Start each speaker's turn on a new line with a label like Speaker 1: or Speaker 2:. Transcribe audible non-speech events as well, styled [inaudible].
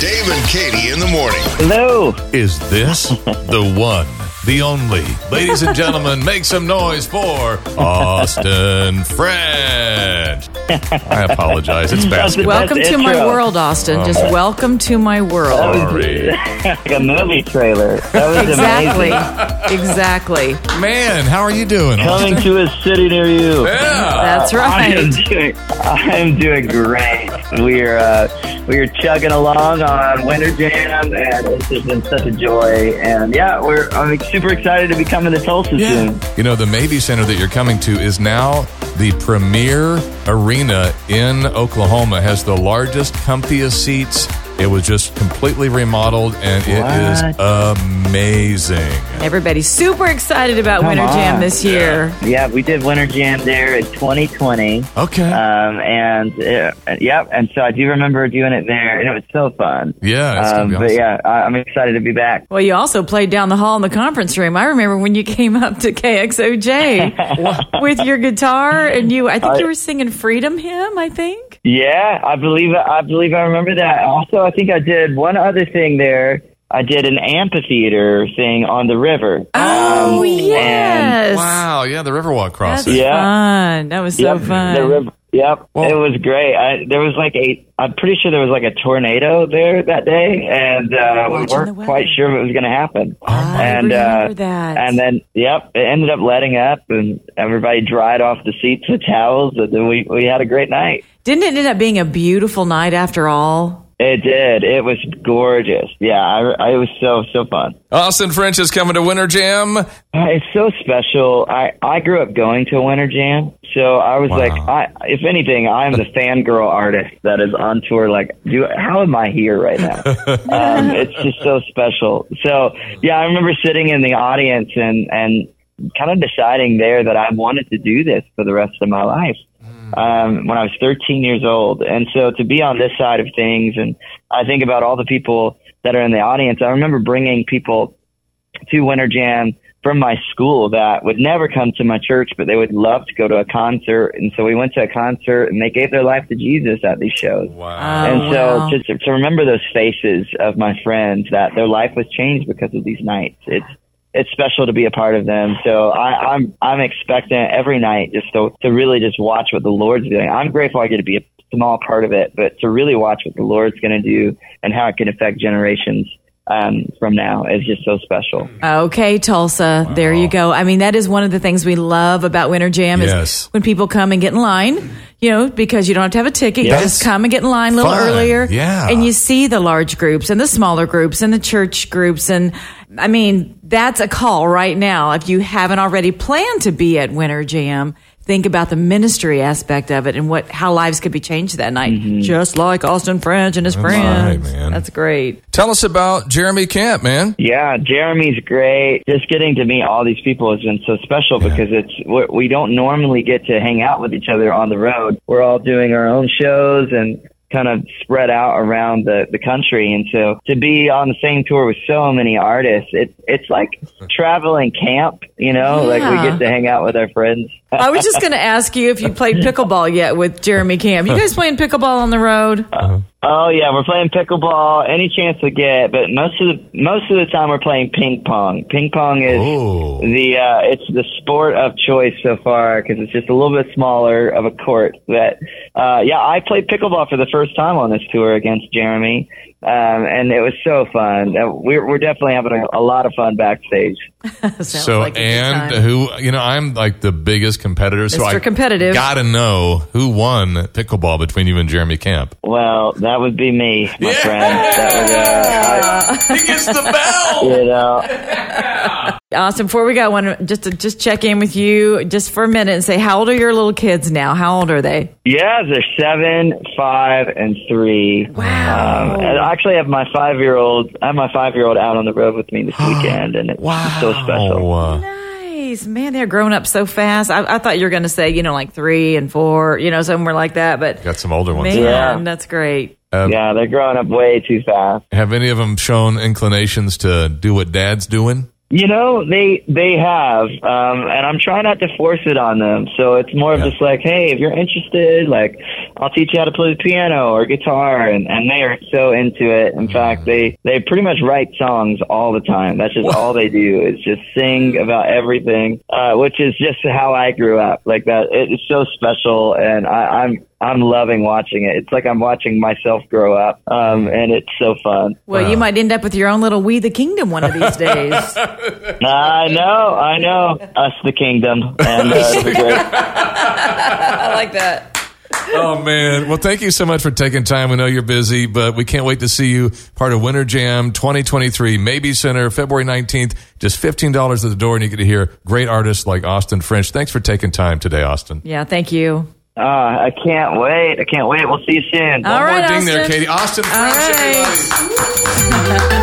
Speaker 1: Dave and Katie in the morning.
Speaker 2: Hello.
Speaker 3: Is this the one, the only? Ladies and gentlemen, make some noise for Austin French. I apologize. It's basketball.
Speaker 2: That's
Speaker 4: Welcome to my
Speaker 2: intro. Oh.
Speaker 4: world, Austin. Just welcome to my world.
Speaker 3: Sorry.
Speaker 2: Like a movie trailer. That was
Speaker 4: Exactly.
Speaker 2: amazing.
Speaker 4: Exactly.
Speaker 3: Man, how are you doing?
Speaker 2: Coming
Speaker 3: Austin?
Speaker 2: to a city near you.
Speaker 3: Yeah.
Speaker 4: That's
Speaker 2: Uh, I am
Speaker 4: right.
Speaker 2: doing, I am doing great. We are uh, we are chugging along on Winter Jam, and it's just been such a joy. And yeah, we're I'm super excited to be coming to Tulsa soon.
Speaker 3: You know, the Maybe Center that you're coming to is now the premier arena in Oklahoma, has the largest, comfiest seats. It was just completely remodeled and it is amazing.
Speaker 4: Everybody's super excited about Winter
Speaker 2: on.
Speaker 4: Jam this year.
Speaker 2: Yeah, we did Winter Jam there in 2020.
Speaker 3: Okay.
Speaker 2: Um, and uh, yeah, and so I do remember doing it there, and it was so fun.
Speaker 3: Yeah, it's gonna
Speaker 2: um,
Speaker 3: be
Speaker 2: but
Speaker 3: awesome.
Speaker 2: yeah, I, I'm excited to be back.
Speaker 4: Well, you also played down the hall in the conference room. I remember when you came up to
Speaker 2: [laughs]
Speaker 4: KXOJ with your guitar, and you, I think you were singing Freedom Hymn, I think.
Speaker 2: Yeah, I believe I believe I remember that. Also, I think I did one other thing there. I did an amphitheater thing on the river. Um,
Speaker 4: Oh, yes.
Speaker 3: Wow, yeah, the Riverwalk
Speaker 4: That's
Speaker 3: crossing.
Speaker 2: Yeah.
Speaker 4: fun. That was so
Speaker 2: yep,
Speaker 4: fun.
Speaker 2: The river. Yep,
Speaker 3: Well-
Speaker 2: it was great. I, there was like a, I'm pretty sure there was like a tornado there that day, and uh, we
Speaker 4: Watching the
Speaker 2: weren't
Speaker 4: weather. Oh,
Speaker 2: quite sure if it was going to happen.
Speaker 4: I
Speaker 2: and
Speaker 4: remember
Speaker 2: uh,
Speaker 4: that.
Speaker 2: and then, yep, it ended up letting up, and everybody dried off the seats with towels, and then we we had a great night.
Speaker 4: Didn't it end up being a beautiful night after all?
Speaker 2: It did. It was gorgeous. Yeah, I, I- it was so so fun.
Speaker 3: Austin French is coming to Winter Jam.
Speaker 2: Uh, It's so special. I I grew up going to Winter Jam, so I was
Speaker 3: Wow.
Speaker 2: like, I if anything, I'm the fangirl artist that is on tour. Like, do how am I here right now? um, it's just so special. So yeah, I remember sitting in the audience and and kind of deciding there that I wanted to do this for the rest of my life um, when I was 13 years old. And so to be on this side of things, and I think about all the people that are in the audience, I remember bringing people to Winter Jam from my school that would never come to my church, but they would love to go to a concert. And so we went to a concert and they gave their life to Jesus at these shows.
Speaker 3: Wow.
Speaker 4: Uh,
Speaker 2: And
Speaker 4: Oh,
Speaker 2: so
Speaker 4: wow.
Speaker 2: to, to remember those faces of my friends that their life was changed because of these nights, it's it's special to be a part of them. So I, I'm I'm expectant every night just to to really just watch what the Lord's doing. I'm grateful I get to be a small part of it, but to really watch what the Lord's going to do and how it can affect generations um, from now is just so special.
Speaker 4: Okay, Tulsa. There you go. I mean, that is one of the things we love about Winter Jam is
Speaker 3: Yes.
Speaker 4: when people come and get in line, you know, because you don't have to have a ticket. You
Speaker 2: Yes.
Speaker 4: just come and get in line a little
Speaker 3: Fun.
Speaker 4: earlier.
Speaker 3: Yeah.
Speaker 4: And you see the large groups and the smaller groups and the church groups. And I mean, that's a call right now. If you haven't already planned to be at Winter Jam, think about the ministry aspect of it and what how lives could be changed that night. Just like Austin French and his friends.
Speaker 3: right, man.
Speaker 4: That's great.
Speaker 3: Tell us about Jeremy Camp, man.
Speaker 2: Yeah, Jeremy's great. Just getting to meet all these people has been so special because it's we- we don't normally get to hang out with each other on the road. We're all doing our own shows and kind of spread out around the, the country. And so to be on the same tour with so many artists, it, it's like traveling camp, you know, like we
Speaker 4: Yeah.
Speaker 2: get to hang out with our friends.
Speaker 4: I was just going to ask you if you played pickleball yet with Jeremy Camp. You guys playing pickleball on the road?
Speaker 2: Oh yeah, we're playing pickleball any chance we get, but most of the most of the time we're playing ping pong. Ping pong is
Speaker 3: Oh.
Speaker 2: the uh, it's the sport of choice so far because it's just a little bit smaller of a court. But uh, yeah, I played pickleball for the first time on this tour against Jeremy, um, and it was so fun. Uh, We're we're definitely having a, a lot of fun backstage.
Speaker 4: Sounds
Speaker 3: so
Speaker 4: like a good
Speaker 3: and
Speaker 4: time.
Speaker 3: who you know I'm like the biggest competitor, so
Speaker 4: Mr.
Speaker 3: I
Speaker 4: Competitive.
Speaker 3: gotta know who won pickleball between you and Jeremy Camp.
Speaker 2: Well, that would be me, my
Speaker 3: Yeah!
Speaker 2: friend. That would, uh, I-
Speaker 3: he gets the bell.
Speaker 2: you know.
Speaker 4: Austin, before we go, I want to just to just check in with you just for a minute and say, how old are your little kids now? How old are they?
Speaker 2: Yeah, they're seven, five, and three. Wow! Um, and I actually have my five-year-old. I have my five-year-old out on the road with me this weekend, and it's
Speaker 3: Wow.
Speaker 2: so special.
Speaker 3: Uh,
Speaker 4: Nice, man. They're growing up so fast. I, I thought you were going to say, you know, like three and four, you know, somewhere like that. But
Speaker 3: Got some older ones.
Speaker 4: man,
Speaker 2: Yeah.
Speaker 4: that's great.
Speaker 2: Yeah, they're growing up way too fast.
Speaker 3: Have any of them shown inclinations to do what Dad's doing?
Speaker 2: You know, they they have, um, and I'm trying not to force it on them. So it's more of
Speaker 3: Yeah.
Speaker 2: just like, hey, if you're interested, like, I'll teach you how to play the piano or guitar, and and they are so into it. In fact, they they pretty much write songs all the time. That's just all they do is just sing about everything, uh, which is just how I grew up. Like that, it's so special, and I, I'm. I'm loving watching it. It's like I'm watching myself grow up, um, and it's so fun.
Speaker 4: Well, you might end up with your own little We the Kingdom one
Speaker 3: [laughs]
Speaker 4: of these days.
Speaker 2: I know, I know. Us the kingdom, and uh, it'll be great.
Speaker 4: I like that.
Speaker 3: Oh man! Well, thank you so much for taking time. We know you're busy, but we can't wait to see you part of Winter Jam 2023, Maybe Center, February 19th. Just fifteen dollars at the door, and you get to hear great artists like Austin French. Thanks for taking time today, Austin.
Speaker 4: Yeah, thank you.
Speaker 2: Uh, I can't wait. I can't wait. We'll see you soon.
Speaker 4: All
Speaker 3: One
Speaker 4: right,
Speaker 3: more ding there,
Speaker 4: Austin.
Speaker 3: Katie. Austin French,
Speaker 4: right.
Speaker 3: everybody.